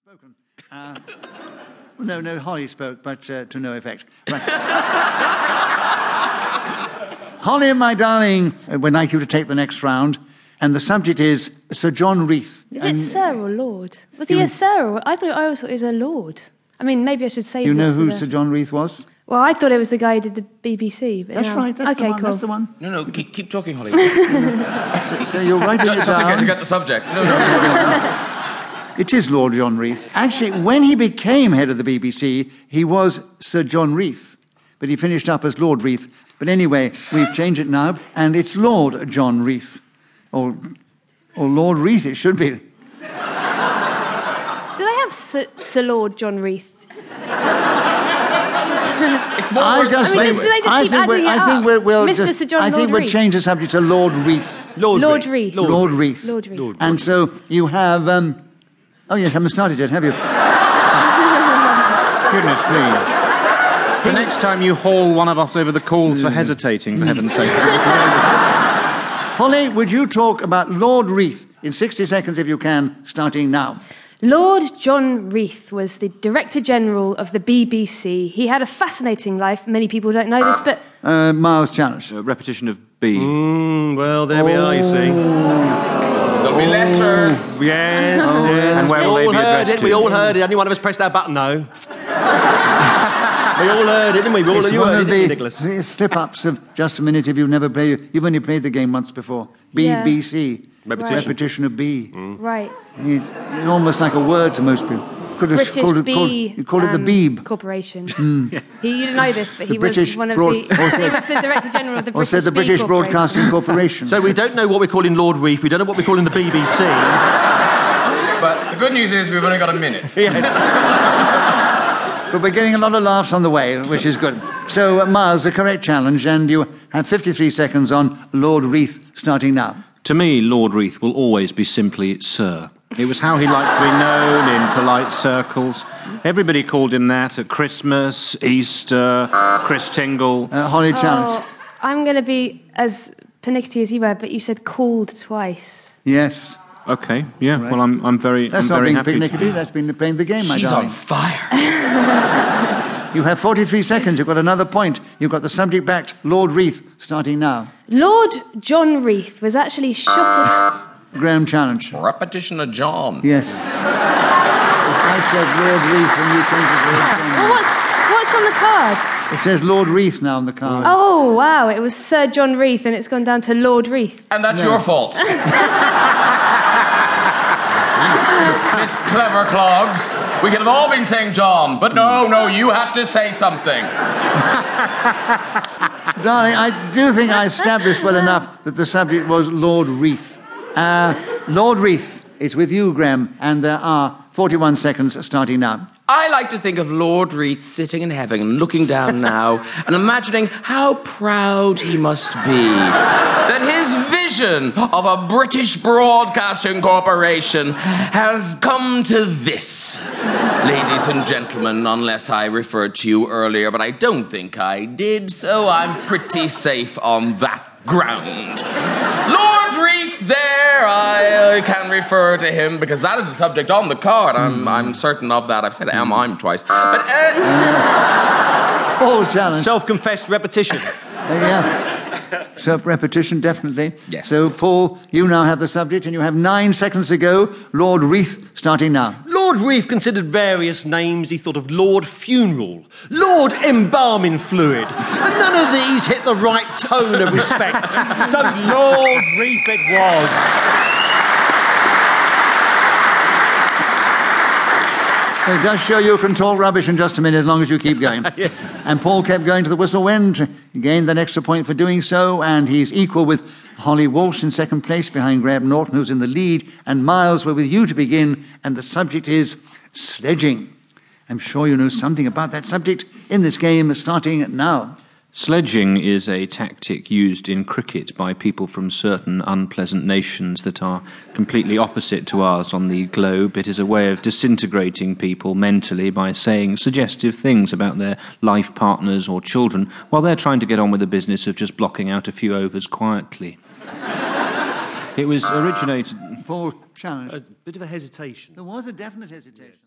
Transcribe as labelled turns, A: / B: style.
A: spoken. Uh, no, no, Holly spoke, but uh, to no effect. But- Holly, my darling, uh, we'd like you to take the next round, and the subject is Sir John Reith.
B: Is
A: And
B: it sir or lord? Was he a sir? Or, I thought I always thought he was a lord. I mean, maybe I should say.
A: you know who
B: the,
A: Sir John Reith was?
B: Well, I thought it was the guy who did the BBC. But
A: That's
B: now-
A: right. That's
B: okay,
A: the one.
B: cool.
A: That's the one.
C: No, no, keep, keep talking, Holly. just,
A: So, so you're writing it
C: just in case I
A: down.
C: got the subject. No, no.
A: It is Lord John Reith. Actually, when he became head of the BBC, he was Sir John Reith, but he finished up as Lord Reith. But anyway, we've changed it now, and it's Lord John Reith, or or Lord Reith. It should be.
B: Do they have Sir, Sir Lord John Reith?
C: It's more
A: I
C: words
A: just
C: to
B: I mean,
C: play
A: think,
C: with.
A: I
B: do they just keep
A: think, we're,
B: adding it
A: I think
B: up?
A: we're, we'll
B: Mr.
A: just-
B: Sir John
A: I think
B: Lord
A: we'll
B: Reith.
A: change the subject to Lord Reith.
D: Lord,
B: Lord Reith.
D: Reith.
A: Lord, Reith.
B: Lord Reith. Lord
A: And so you have. Um, oh yes, I haven't started yet, have you? Goodness me!
D: The next time you haul one of us over the coals for hesitating, for heaven's sake.
A: Holly, would you talk about Lord Reith in 60 seconds, if you can, starting now?
B: Lord John Reith was the Director General of the BBC. He had a fascinating life. Many people don't know this, but
A: Uh, Miles Challenge.
D: Uh, repetition of B.
E: Mm, well, there we are, you
D: Oh.
E: see.
C: There'll
A: Oh.
C: be letters.
E: Yes, yes.
D: Oh, And where
E: we
D: will they
E: all
D: be
E: heard
D: addressed
E: it. We
D: to?
E: all heard it. Only one of us pressed our button, no. we all heard it, didn't we? We all
A: It's
E: you
A: one
E: heard it,
A: of
E: didn't you,
A: the
E: Nicholas.
A: the slip-ups of just a minute if you've never played. You've only played the game once before.
B: Yeah.
A: BBC.
E: Repetition.
A: Repetition of B.
B: right.
A: It's almost like a word to most people. Could have
B: British
A: called it,
B: Bee
A: called, you call it the
B: um,
A: Beeb. Mm.
B: Corporation. He, you didn't know this, but he
A: British
B: was one of
A: broad-
B: the.
A: also-
B: he was the Director General of the
A: Or
B: British.
A: said the
B: Bee
A: British
B: Corporation.
A: Broadcasting Corporation.
E: So we don't know what we're calling Lord Reef. We don't know what we're calling the BBC.
C: But the good news is we've only got a minute.
A: Oh,
E: yes.
A: but we're getting a lot of laughs on the way, which is good. So, uh, Miles, the correct challenge, and you have 53 seconds on Lord Reith starting now.
D: To me, Lord Reith will always be simply Sir. It was how he liked to be known in polite circles. Everybody called him that at Christmas, Easter, Chris Tingle.
A: Uh, Holly Challenge.
B: Oh, I'm going to be as pernickety as you were, but you said called twice.
A: Yes.
D: Okay, yeah. Well, I'm, I'm very,
A: That's
D: I'm
A: not
D: very
A: being
D: happy. to-
A: picnicky, that's been playing the game, my
C: She's
A: darling.
C: on fire.
A: You have 43 seconds. You've got another point. You've got the subject backed Lord Reith starting now.
B: Lord John Reith was actually shot.
A: Graham Challenge.
C: Repetition of John.
A: Yes. If I said Lord Reith and you think it
B: At, well,
A: was
B: Oh, what's what's on the card?
A: John. It says Lord Reith now on the card.
B: Oh wow! It was Sir John Reith, and it's gone down to Lord Reith.
C: And that's your fault. Miss Clever Clogs. We could have all been saying John, but no, no, you had to say something.
A: Darling, I do think I established well enough that the subject was Lord Reith. Uh, Lord Reith, it's with you, Graham, and there are 41 seconds starting now.
F: I like to think of Lord Reith sitting in heaven and looking down now and imagining how proud he must be that his vision of a British Broadcasting Corporation has come to this. Ladies and gentlemen, unless I referred to you earlier, but I don't think I did, so I'm pretty safe on that ground. Lord Reith, there, I uh, can refer to him because that is the subject on the card. I'm, I'm certain of that. I've said am, I'm twice. But uh,
A: All challenge.
E: Self-confessed repetition.
A: Uh, yeah. So repetition, definitely.
F: Yes.
A: So, Paul, you now have the subject, and you have nine seconds to go. Lord Reith, starting now.
E: Lord Reef considered various names. He thought of Lord Funeral, Lord Embalming Fluid. But none of these hit the right tone of respect. so Lord Reef it was.
A: It does show you can talk rubbish in just a minute as long as you keep going.
E: Yes.
A: And Paul kept going to the whistle wind. He gained that extra point for doing so, and he's equal with Holly Walsh in second place behind Graham Norton, who's in the lead. And Miles, we're with you to begin, and the subject is sledging. I'm sure you know something about that subject in this game starting now.
D: Sledging is a tactic used in cricket by people from certain unpleasant nations that are completely opposite to ours on the globe. It is a way of disintegrating people mentally by saying suggestive things about their life partners or children while they're trying to get on with the business of just blocking out a few overs quietly. it was originated.
A: Paul challenged.
E: Bit of a hesitation.
A: There was a definite hesitation.